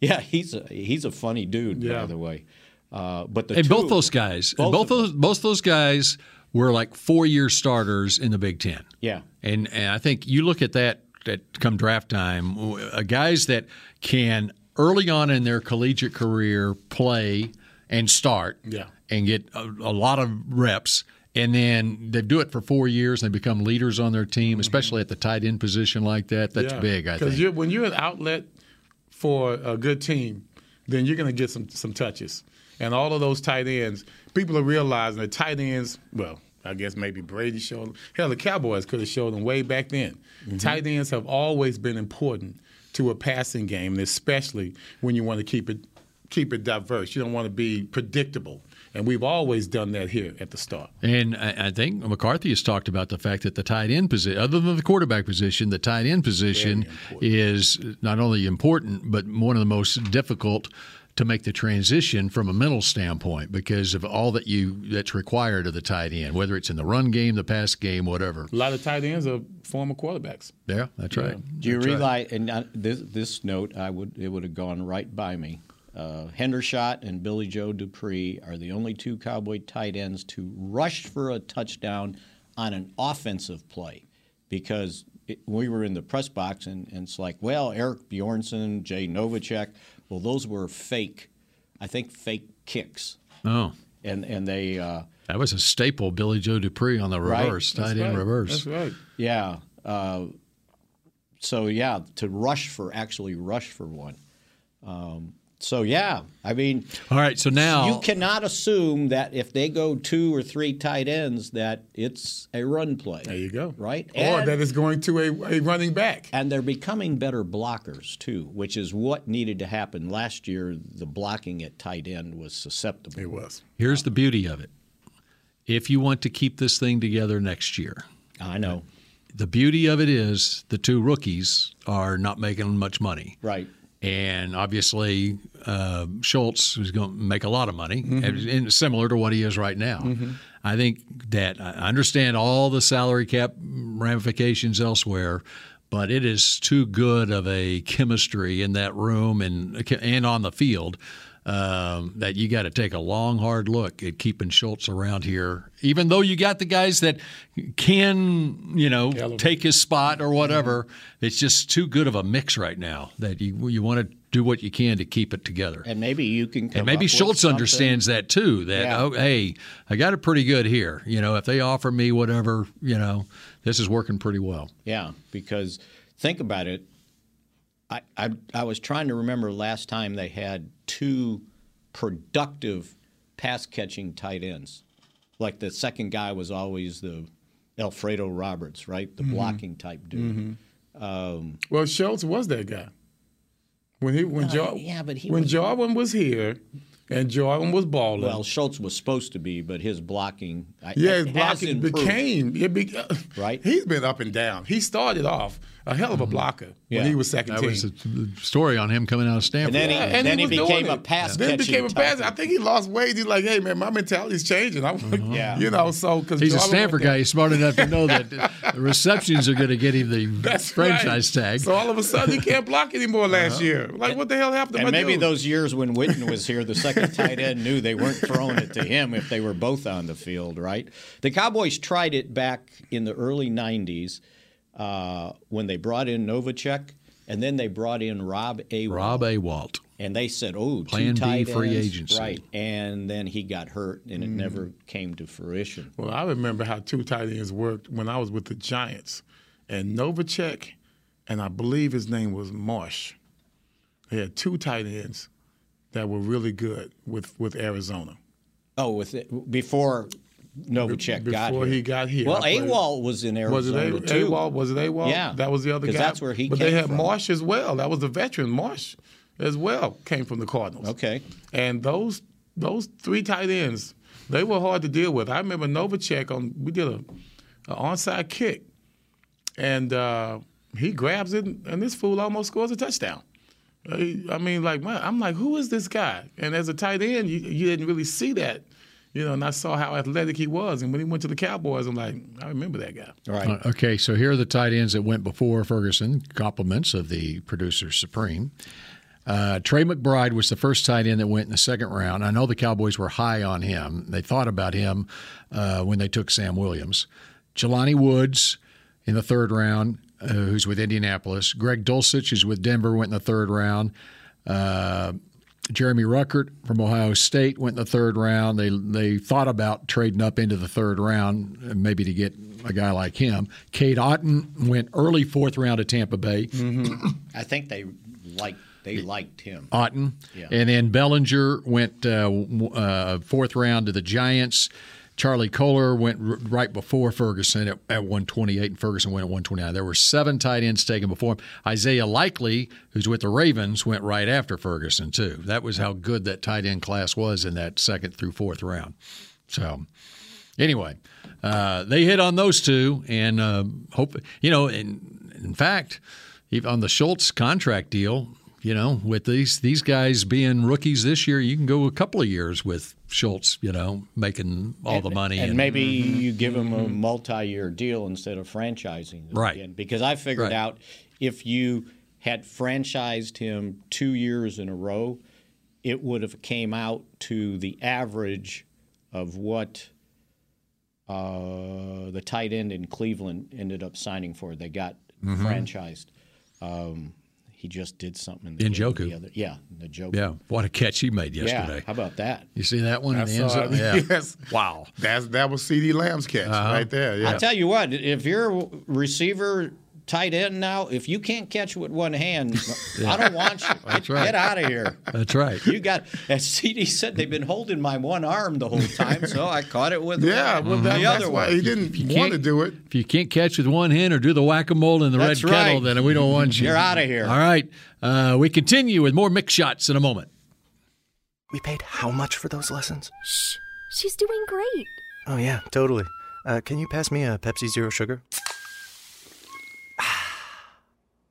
S3: yeah, he's a he's a funny dude, by
S1: Yeah.
S3: the way. Uh, but the
S1: and
S3: two
S1: both
S3: of
S1: those
S3: them-
S1: guys,
S3: both
S1: both,
S3: of
S1: both those both those guys were like four year starters in the Big Ten.
S3: Yeah.
S1: and and I think you look at that that come draft time, uh, guys that can early on in their collegiate career play and start,
S2: Yeah.
S1: and get a, a lot of reps. And then they do it for four years, and they become leaders on their
S3: Mm-hmm.
S1: team, especially at the tight end position like that. That's big, I think.
S2: Because when you're an outlet for a good team, then you're going to get some some touches. And all of those tight ends, people are realizing that tight ends, well, I guess maybe Brady showed them. Hell, the Cowboys could have showed them way back then.
S1: Mm-hmm.
S2: Tight ends have always been important to a passing game, and especially when you want to keep it keep it diverse. You don't want to be predictable, and we've always done that here at the start.
S1: And I, I think McCarthy has talked about the fact that the tight end position, other than the quarterback position, the tight end position is not only important, but one of the most difficult to make the transition from a mental standpoint because of all that you that's required of the tight end, whether it's in the run game, the pass game, whatever.
S2: A lot of tight ends are former quarterbacks.
S1: Yeah, that's right.
S3: Do you
S1: That's right.
S3: realize? And I, this this note, I would it would have gone right by me. Uh, Hendershot and Billy Joe Dupree are the only two Cowboy tight ends to rush for a touchdown on an offensive play, because it, we were in the press box and, and it's like, well, Eric Bjornson, Jay Novacek, well, those were fake, I think fake kicks,
S1: Oh,
S3: and and they. Uh,
S1: that was a staple, Billy Joe Dupree on the
S3: Right.
S1: reverse,
S3: That's
S1: tight end
S3: right.
S1: reverse.
S3: That's Yeah. Uh, so yeah, to rush for actually rush for one. Um, so yeah, I mean,
S1: all right. So now
S3: you cannot assume that if they go two or three tight ends that it's a run play. There you
S2: go.
S3: Right,
S2: Or that it's going to a, a running back.
S3: And they're becoming better blockers too, which is what needed to happen last year. The blocking at tight end was susceptible. It
S2: was.
S1: Here's the beauty of it. If you want to keep this thing together next year,
S3: I know.
S1: The beauty of it is the two rookies are not making much money.
S3: Right.
S1: And obviously, uh, Schultz is going to make a lot of money, and- and similar to what he is right now. I think that I understand all the salary cap ramifications elsewhere, but it is too good of a chemistry in that room and and on the field um, that you got to take a long, hard look at keeping Schultz around here. Even though you got the guys that can, you know, take his spot or whatever, it's just too good of a mix right now that you you want to do what you can to keep it together.
S3: And maybe you can. Come
S1: And maybe
S3: up with
S1: Schultz
S3: something.
S1: understands that too. That
S3: Yeah.
S1: oh, hey, I got it pretty good here. You know, if they offer me whatever, you know, this is working pretty well.
S3: Yeah, because think about it. I, I I was trying to remember last time they had two productive pass catching tight ends. Like the second guy was always the Alfredo Roberts, right? The
S2: Mhm.
S3: blocking type
S2: Mm-hmm.
S3: dude. Um,
S2: Well, Schultz was that guy when he when
S3: No,
S2: Jar-
S3: Uh, yeah, but he
S2: when
S3: was-
S2: Jarwin was here and Jarwin was balling.
S3: well, Schultz was supposed to be, but his blocking, I-
S2: yeah,
S3: it
S2: his
S3: has
S2: blocking
S3: improved.
S2: became it be, right. He's been up and down. He started off a hell of
S3: Mm-hmm.
S2: a blocker
S1: Yeah.
S2: when he was second
S1: That
S2: team.
S1: was the the story on him coming out of Stanford.
S2: Yeah,
S3: Mm-hmm.
S2: was doing it. Then he became a pass. I think he lost weight. He's like, hey man, my mentality's changing. I'm, [LAUGHS] yeah. you know, so because
S1: Uh-huh. He's a
S2: [LAUGHS]
S1: Stanford guy. He's smart enough to know that the receptions are going to get him the franchise tag.
S2: So all of a sudden, he can't block anymore last year. Like, what the hell happened to
S3: Uh-huh. And
S2: my
S3: maybe
S2: dude?
S3: those years when Witten was here,
S2: [LAUGHS]
S3: the second tight end knew they weren't throwing it to him if they were both on the field, right? The Cowboys tried it back in the early 90s uh, when they brought in Novacek and then they brought in Rob Awalt.
S1: Rob Awalt.
S3: And they said, oh, two
S1: Plan B
S3: tight
S1: free
S3: ends.
S1: agency.
S3: Right. And then he got hurt and it
S2: Mm.
S3: never came to fruition.
S2: Well, I remember how two tight ends worked when I was with the Giants, and Novacek, and I believe his name was Marsh. They had two tight ends that were really good with with Arizona.
S3: Oh, with it, before Novacek
S2: Be-
S3: got here.
S2: before he got here.
S3: Well,
S2: I played-
S3: Awalt was in Arizona
S2: Was it A-
S3: too.
S2: AWOL? Was it AWOL?
S3: Yeah,
S2: that was the other guy.
S3: 'cause that's where he
S2: But they
S3: came
S2: had
S3: from.
S2: Marsh as well. That was the veteran Marsh as well came from the Cardinals.
S3: Okay,
S2: and those those three tight ends they were hard to deal with. I remember Novacek on we did a, a onside kick, and uh, he grabs it, and this fool almost scores a touchdown. Uh, he- I mean, like, man, I'm like, who is this guy? And as a tight end, you, you didn't really see that, you know. And I saw how athletic he was, and when he went to the Cowboys, I'm like, I remember that guy.
S11: Oh,
S2: [LAUGHS]
S3: Right.
S1: Uh, okay, so here are the tight ends that went before Ferguson. Compliments of the producer supreme. Uh, Trey McBride was the first tight end that went in the second round. I know the Cowboys were high on him. They thought about him uh, when they took Sam Williams. Jelani Woods in the third round, uh, who's with Indianapolis. Greg Dulcich, who's with Denver, went in the third round. Uh, Jeremy Ruckert from Ohio State went in the third round. They they thought about trading up into the third round, uh, maybe to get a guy like him. Kate Otten went early fourth round to Tampa Bay.
S3: I think they liked they liked him.
S1: Otten,
S3: Yeah.
S1: and then Bellinger went uh, w- uh, fourth round to the Giants. Charlie Kohler went r- right before Ferguson at, at 128, and Ferguson went at 129. There were seven tight ends taken before him. Isaiah Likely, who's with the Ravens, went right after Ferguson, too. That was how good that tight end class was in that second through fourth round. So, anyway, uh, they hit on those two, and um, hope you know. In, in fact, even on the Schultz contract deal, you know, with these these guys being rookies this year, you can go a couple of years with Schultz. You know, making all the money Mm-hmm.
S3: and, maybe you give him a multi-year deal instead of franchising. him
S1: Right.
S3: again. Because I figured
S1: Right.
S3: out if you had franchised him two years in a row, it would have came out to the average of what uh, the tight end in Cleveland ended up signing for. They got
S1: Mhm.
S3: franchised. Um, he just did something in the
S1: In
S3: game
S1: Joku.
S3: The other, yeah, the Joku.
S1: Yeah, what a catch he made
S3: Yeah,
S1: yesterday.
S3: how about that?
S1: You see that one
S2: I
S1: in the end
S2: saw
S1: zone?
S2: it.
S1: Yeah.
S2: Yes.
S1: Wow.
S2: That's that was C.D. Lamb's catch
S1: Uh-huh.
S2: right there. Yeah.
S3: I tell you what, if you're a receiver tight end now, if you can't catch with
S2: [LAUGHS]
S3: one hand, I don't want you. Get,
S1: right.
S3: out of here.
S1: That's right.
S3: [LAUGHS] You got, as CD said, they've been holding my one arm the whole time, so I caught it with
S2: [LAUGHS] Yeah, well,
S3: the
S2: that- that's
S3: other
S2: why
S3: one.
S2: he didn't
S1: You
S2: want to
S1: can't-
S2: do it.
S1: If you can't catch with one hand or do the whack a mole in the
S3: That's
S1: red kettle,
S3: right.
S1: then we don't want you.
S3: You're outta here.
S1: All right. Uh, we continue with more mix shots in a moment.
S6: We paid how much for those lessons? Shh.
S10: She's doing great.
S6: Oh, yeah, totally. Uh, can you pass me a Pepsi Zero Sugar?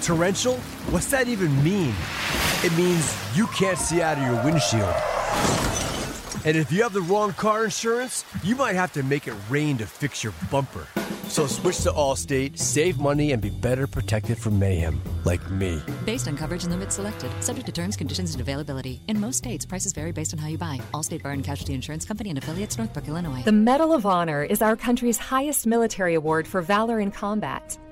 S8: Torrential? What's that even mean? It means you can't see out of your windshield. And if you have the wrong car insurance, you might have to make it rain to fix your bumper. So switch to Allstate, save money, and be better protected from mayhem like me.
S7: Based on coverage and limits selected, subject to terms, conditions, and availability. In most states, prices vary based on how you buy. Allstate Bar and Casualty Insurance Company and affiliates, Northbrook, Illinois.
S5: The Medal of Honor is our country's highest military award for valor in combat.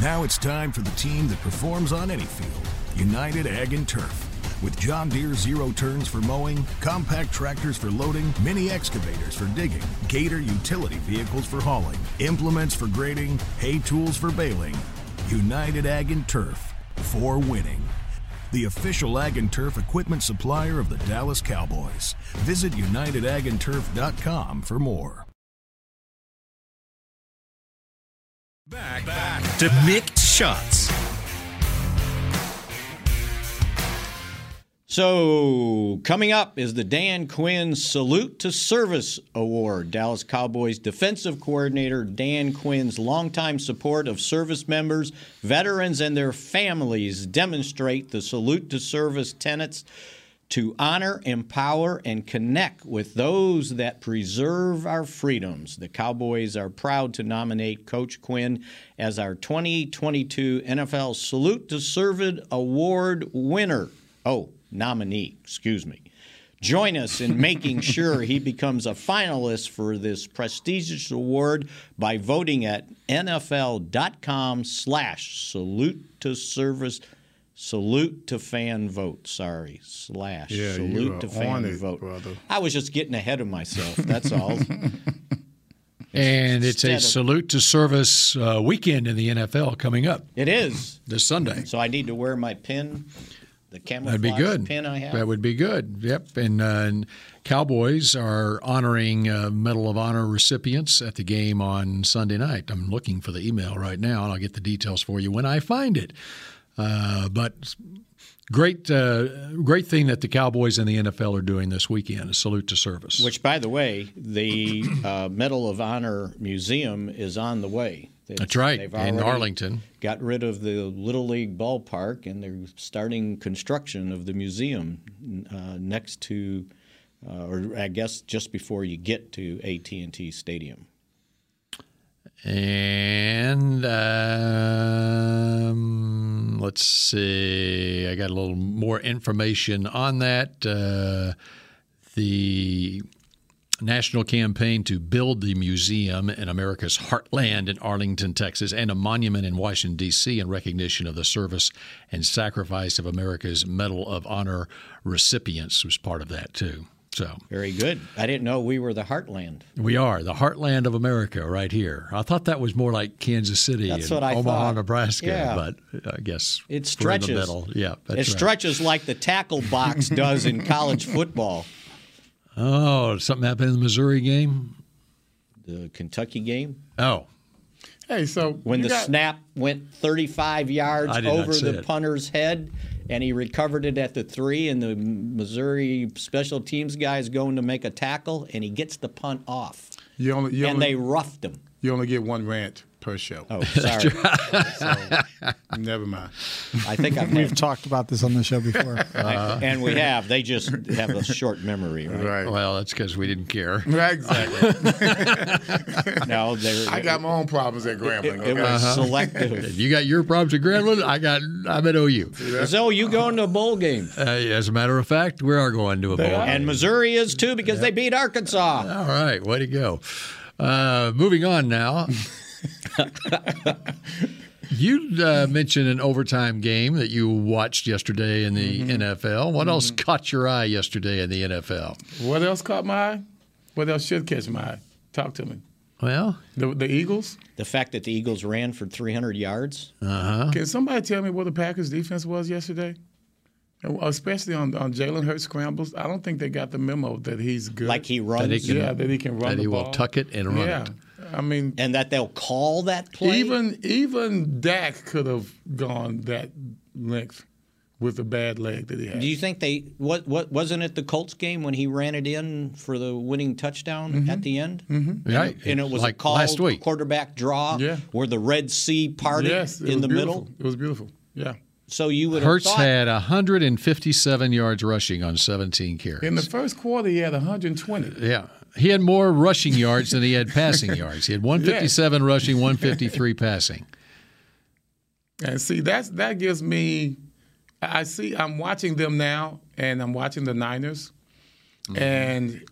S12: Now it's time for the team that performs on any field United Ag and Turf. With John Deere zero turns for mowing, compact tractors for loading, mini excavators for digging, Gator utility vehicles for hauling, implements for grading, hay tools for baling. United Ag and Turf for winning. The official Ag and Turf equipment supplier of the Dallas Cowboys. Visit unitedagandturf.com for more.
S9: Back, to mix shots.
S3: So, coming up is the Dan Quinn Salute to Service Award. Dallas Cowboys defensive coordinator Dan Quinn's longtime support of service members, veterans, and their families demonstrate the salute to service tenets to honor, empower, and connect with those that preserve our freedoms. The Cowboys are proud to nominate Coach Quinn as our 2022 NFL Salute to Servant Award winner. Oh, nominee, excuse me. Join us in making sure he becomes a finalist for this prestigious award by voting at nfl.com slash salute to service salute to fan vote sorry slash
S2: Yeah, you
S3: salute
S2: are
S3: to fan
S2: on it,
S3: vote
S2: brother.
S3: i was just getting ahead of myself that's
S2: [LAUGHS]
S3: all
S1: And it's
S3: Instead
S1: a
S3: of-
S1: salute to service uh, weekend in the NFL coming up
S3: it is
S1: this Sunday.
S3: so i need to wear my pin the camouflage
S1: That'd be good.
S3: pin i have
S1: That would be good. Yep. And, uh, and Cowboys are honoring uh, Medal of Honor recipients at the game on Sunday night. I'm looking for the email right now, and I'll get the details for you when I find it. Uh, but great, uh, great thing that the Cowboys and the NFL are doing this weekend. A salute to service.
S3: Which, by the way, the uh, Medal of Honor Museum is on the way. They've-
S1: That's right,
S3: they've
S1: in
S3: already
S1: Arlington.
S3: Got rid of the Little League ballpark, and they're starting construction of the museum uh, next to, uh, or I guess just before you get to AT and T Stadium.
S1: And um, let's see, I got a little more information on that. Uh, the national campaign to build the museum in America's heartland in Arlington, Texas, and a monument in Washington, D.C., in recognition of the service and sacrifice of America's Medal of Honor recipients was part of that, too. So
S3: very good. I didn't know we were the heartland.
S1: We are the heartland of America, right here. I thought that was more like Kansas City
S3: That's
S1: and
S3: what I
S1: Omaha,
S3: thought.
S1: Nebraska,
S3: Yeah.
S1: but uh, I guess we're in
S3: It
S1: the
S3: stretches.
S1: middle. Yeah, that's
S3: it
S1: right.
S3: stretches like the tackle box does in college football.
S1: Oh, something happened in the Missouri game.
S3: The Kentucky game.
S1: Oh,
S2: Hey, so
S3: when
S2: you
S3: the
S2: got-
S3: snap went 35 yards
S1: I did not
S3: over
S1: see
S3: the
S1: it.
S3: punter's head and he recovered it at the three and the missouri special teams guy is going to make a tackle and he gets the punt off
S2: You only, you
S3: and
S2: only,
S3: they roughed him
S2: You only get one rant per show.
S3: Oh, sorry.
S2: [LAUGHS] so, never mind.
S3: I think I've
S4: We've
S3: had-
S4: talked about this on the show before.
S2: Uh-huh.
S3: I- and we have they just have a short memory right,
S1: well that's because we didn't
S3: [LAUGHS]
S1: care
S2: Right, exactly.
S3: no, they
S2: I got my Uh-huh. own problems at Grambling.
S3: it- it was
S2: okay? [LAUGHS]
S3: selective.
S1: you got your problems at Grambling. I got. I'm at OU.
S3: so you going to a bowl game
S1: Uh, as a matter of fact, we are going to a bowl. game.
S3: and missouri is too because they beat arkansas
S1: All right, way to go. Uh, moving
S3: [LAUGHS]
S1: on now. you uh, mentioned an overtime game that you watched yesterday in the
S3: Mm-hmm.
S1: NFL. What else caught your eye yesterday in the NFL?
S2: What else caught my eye? What else should catch my eye? Talk to me.
S1: Well,
S2: the, the Eagles.
S3: the fact that the eagles ran for 300 yards
S1: uh-huh
S2: Can somebody tell me what the Packers defense was yesterday? Especially on, on Jalen Hurts scrambles. I don't think they got the memo that he's good.
S3: Like he runs? That he can-
S2: yeah, that he can run
S1: that
S2: the
S1: he will
S2: ball.
S1: tuck it and run
S2: yeah.
S1: it.
S2: I mean,
S3: and that they'll call that play
S2: Even even Dak could have gone that length with the bad leg that he had.
S3: Do you think they what what wasn't it the Colts game when he ran it in for the winning touchdown at the end? Mm-hmm.
S1: Yeah,
S3: and, it- and it was a
S1: like
S3: called
S1: last week.
S3: quarterback draw
S2: Yeah.
S3: where the Red Sea parted
S2: yes, it
S3: in
S2: was
S3: the
S2: beautiful.
S3: middle.
S2: It was beautiful. Yeah.
S3: So you would
S1: Hertz
S3: have thought
S1: had 157 yards rushing on 17 carries.
S2: In the first quarter, he had 120.
S1: yeah. He had more rushing yards than he
S3: [LAUGHS]
S1: had passing yards. He had 157 rushing, 153 passing.
S2: And see, that's that gives me. I I see. I'm watching them now, and I'm watching the Niners.
S3: Mm-hmm.
S2: And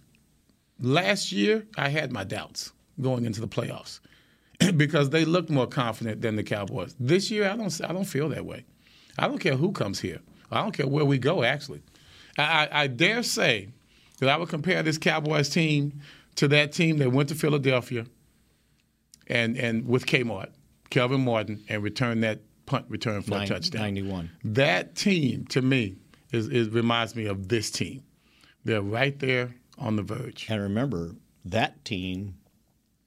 S2: last year, I had my doubts going into the playoffs [CLEARS THROAT] because they looked more confident than the Cowboys. This year, I don't. I don't feel that way. I don't care who comes here. I don't care where we go. Actually, I, I, I dare say that I would compare this Cowboys team to that team that went to Philadelphia and and with Kmart, Kelvin Martin, and return that punt return for
S3: nine-
S2: a touchdown.
S3: 91.
S2: That team to me is, is reminds me of this team. They're right there on the verge.
S3: And remember that team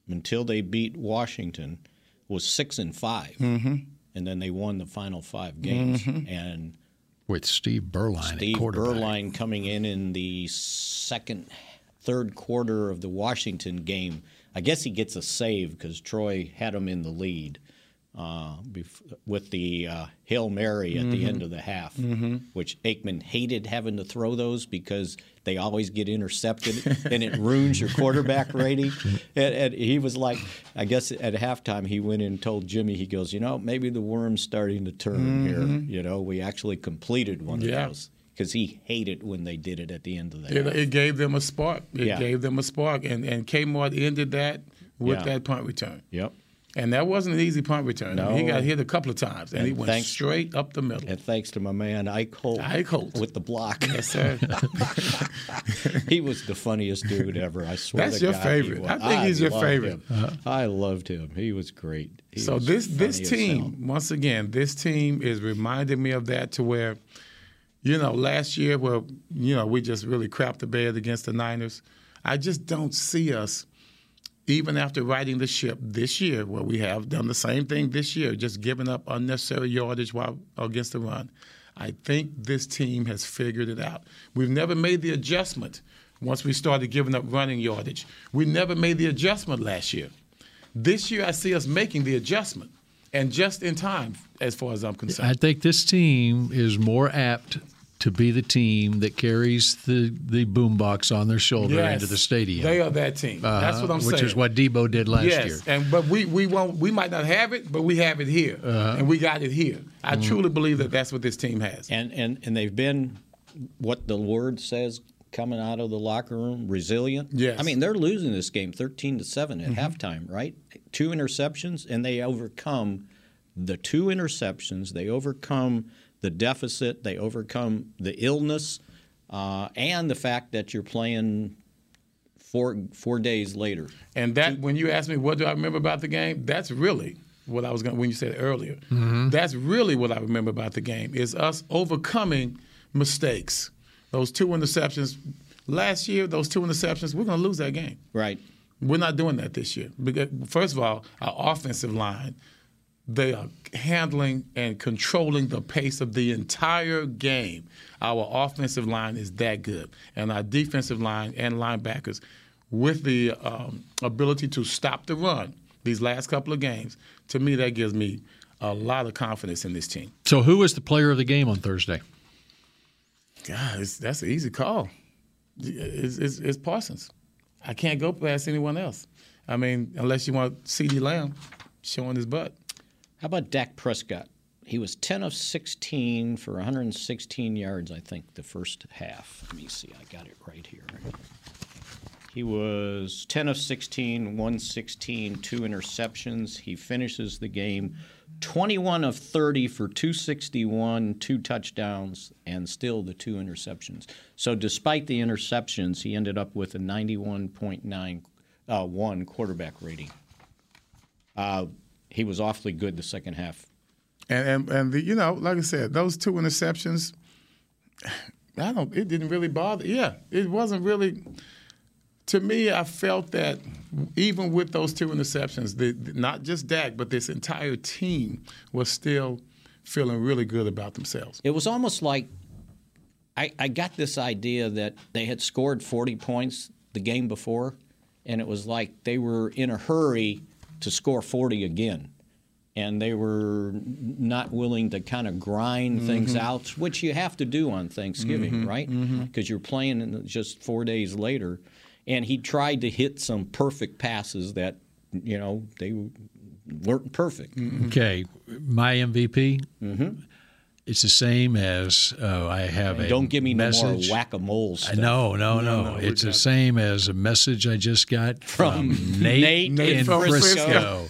S3: until they beat Washington was 6 and 5.
S2: Mm-hmm.
S3: And then they won the final 5 games and
S1: With Steve Berline
S3: Steve
S1: at quarterback.
S3: Berline coming in in the second, third quarter of the Washington game. I guess he gets a save because Troy had him in the lead uh, bef- with the uh, Hail Mary at the
S1: Mm-hmm.
S3: end of the half, which Aikman hated having to throw those because they always get intercepted [LAUGHS] and it ruins your quarterback
S1: [LAUGHS]
S3: rating. And, and he was like, I guess at halftime he went in and told Jimmy, he goes, you know, maybe the worm's starting to turn
S1: Mm-hmm.
S3: here. You know, we actually completed one of
S2: Yeah.
S3: those because he hated when they did it at the end of the
S2: It,
S3: half.
S2: it gave them a spark. It
S3: Yeah.
S2: gave them a spark, and and Kmart ended that with
S3: Yeah.
S2: that punt return.
S3: Yep.
S2: And that wasn't an easy punt return. I mean, he
S3: No.
S2: got hit a couple of times, and, he went
S3: thanks-
S2: straight up the middle.
S3: And thanks to my man Ike Holt,
S2: Ike Holt.
S3: with the block.
S2: [LAUGHS] Yes, sir.
S3: [LAUGHS] he was the funniest dude ever. I swear.
S2: That's
S3: to
S2: your
S3: God,
S2: favorite.
S3: He was.
S2: I think he's your
S3: loved
S2: favorite.
S3: him. I loved him. He was great. He
S2: so
S3: was
S2: this this
S3: funny as
S2: team
S3: hell.
S2: once again this team is reminding me of that to where you know last year where you know we just really crapped the bed against the niners i just don't see us even after riding the ship this year where we have done the same thing this year just giving up unnecessary yardage while against the run i think this team has figured it out we've never made the adjustment once we started giving up running yardage we never made the adjustment last year This year, I see us making the adjustment, and just in time, as far as I'm concerned.
S1: I think this team is more apt to be the team that carries the the boombox on their shoulder
S2: Yes.
S1: into the stadium.
S2: They are that team. That's
S1: Uh-huh,
S2: what I'm saying.
S1: Which is what Debo did last
S2: yes,
S1: year.
S2: and but we we won't we might not have it, but we have it here,
S3: Uh-huh.
S2: and we got it here. I
S1: Mm-hmm.
S3: Mm.
S2: truly believe that that's what this team has.
S3: And and and they've been what the word says coming out of the locker room, resilient.
S2: Yes.
S3: I mean, they're losing this game 13 to 7 at
S2: Mhm.
S3: halftime, right? Two interceptions and they overcome the two interceptions, they overcome the deficit, they overcome the illness uh, and the fact that you're playing four four days later.
S2: And that when you ask me what do I remember about the game, that's really what I was going to when you said earlier.
S1: Mhm.
S2: That's really what I remember about the game is us overcoming mistakes. Those two interceptions last year, those two interceptions, we're going to lose that game.
S3: Right.
S2: We're not doing that this year. Because first of all, our offensive line they are handling and controlling the pace of the entire game. Our offensive line is that good, and our defensive line and linebackers, with the um, ability to stop the run these last couple of games, to me that gives me a lot of confidence in this team.
S1: So who was the player of the game on Thursday?
S2: God, it's, that's an easy call. It's, it's, it's Parsons. I can't go past anyone else. I mean, unless you want C.D. Lamb showing his butt.
S3: How about Dak Prescott? He was 10 of 16 for 116 yards, I think, the first half. Let me see, I got it right here. He was 10 of 16, 116, two interceptions. He finishes the game 21 of 30 for 261, two touchdowns, and still the two interceptions. So, despite the interceptions, he ended up with a 91.9 uh, one quarterback rating. Uh, he was awfully good the second half.
S2: And and, and the, you know, like I said, those two interceptions, [SIGHS] I don't. It didn't really bother. Yeah, it wasn't really. To me, I felt that even with those two interceptions, the, not just Dak, but this entire team was still feeling really good about themselves.
S3: It was almost like I, I got this idea that they had scored 40 points the game before, and it was like they were in a hurry to score 40 again. And they were not willing to kind of grind things
S1: Mm-hmm.
S13: Mhm.
S3: out, which you have to do on Thanksgiving,
S13: Mhm.
S3: right?
S13: Mhm.
S3: Because you're playing in just four days later. And he tried to hit some perfect passes that, you know, they weren't perfect.
S1: Mm-hmm.
S2: Mm-hmm.
S1: Okay, my MVP. It's the same as oh, I have a.
S3: And don't give me no more
S1: message.
S3: whack-a-mole
S1: I-
S3: stuff.
S1: Uh, No, no,
S3: No,
S1: no.
S3: no,
S1: it's
S3: we're
S1: the same as a message I just got from, Nate,
S3: Nate
S1: in
S3: from
S1: Frisco.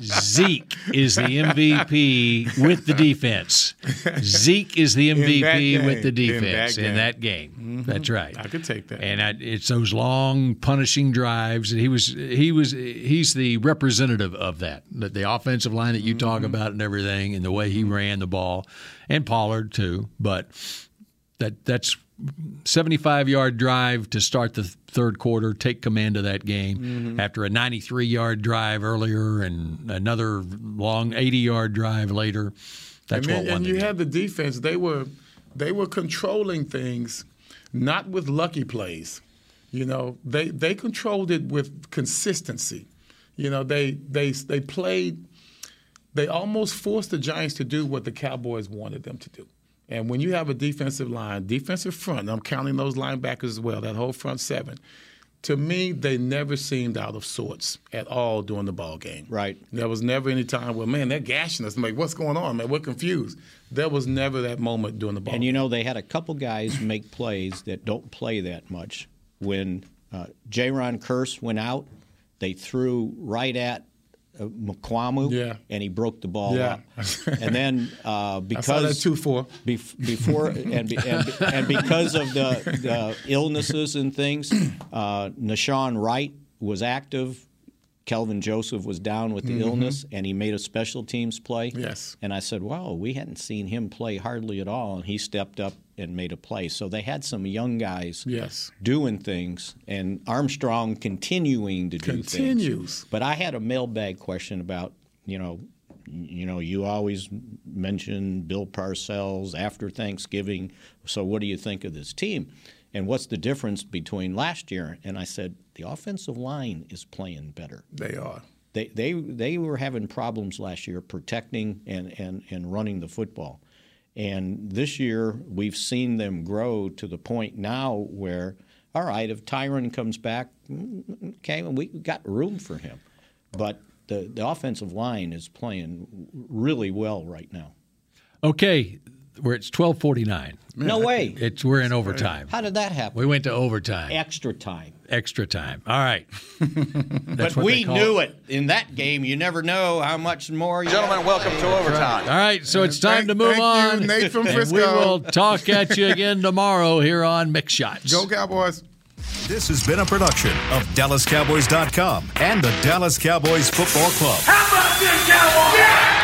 S1: Zeke is the MVP with the defense. Zeke is the
S2: In that
S1: MVP with
S2: game.
S1: the
S2: In that
S1: defense in
S2: game. Mm-hmm.
S1: that game. That's right.
S2: I could take that.
S1: And I, it's those long punishing drives. He was he was he's the representative of that. That the offensive line that you
S2: Mm-hmm.
S1: talk about and everything, and the way he ran the ball, and Pollard too. But that that's. 75 yard drive to start the third quarter, take command of that game
S2: Mm-hmm.
S13: Mhm.
S1: after a 93 yard drive earlier and another long 80 yard drive later.
S2: and
S1: That's
S2: then-
S1: what won
S2: and
S1: the
S2: you had the defense. They were they were controlling things, not with lucky plays. You know, they they controlled it with consistency. You know, they they they played. They almost forced the Giants to do what the Cowboys wanted them to do. And when you have a defensive line, defensive front, I'm counting those linebackers as well. That whole front seven. To me, they never seemed out of sorts at all during the ball game.
S3: Right.
S2: There was never any time where, man, they're gashing us. I'm like, what's going on, man? We're confused. There was never that moment during the ball.
S3: And you know, they had a couple guys make plays that don't play that much. When uh, Jaron Curse went out, they threw right at uh, McQuamu,
S2: Yeah.
S3: and he broke the ball
S2: Yeah.
S3: up. And then
S2: [LAUGHS]
S3: uh, because
S2: that two four
S3: before and, be, and, be- and because of the, the illnesses and things, uh, Nashawn Wright was active. Kelvin Joseph was down with the
S2: Mhm.
S3: illness, and he made a special teams play.
S2: Yes.
S3: And I said, wow, we hadn't seen him play hardly at all. And he stepped up and made a play. So they had some young guys
S2: Yes.
S3: doing things, and Armstrong continuing to do
S2: Continues.
S3: things. But I had a mailbag question about, you know, you know, you always mention Bill Parcells after Thanksgiving. So what do you think of this team? And what's the difference between last year? And I said, the offensive line is playing better.
S2: They are.
S3: They they they were having problems last year protecting and and, and running the football. And this year, we've seen them grow to the point now where, all right, if Tyron comes back, mm, okay, we got room for him. But the, the offensive line is playing really well right now.
S1: Okay, where it's twelve forty nine.
S3: No way.
S1: It's we're in overtime.
S3: How did that happen?
S1: We went to overtime,
S3: Extra time.
S1: extra time. All right. That's
S3: but
S1: what they
S3: we
S1: call
S3: knew it. In that game, you never know how much more. You Gentlemen, welcome to
S1: All right, so it's time to move
S2: thank
S1: on.
S2: you, Nate from
S1: and we
S2: Frisco.
S1: will talk at you again tomorrow here on Mix Shots.
S2: Go Cowboys.
S14: This has been a production of DallasCowboys.com and the Dallas Cowboys Football Club.
S13: How about this, Cowboys? Yeah!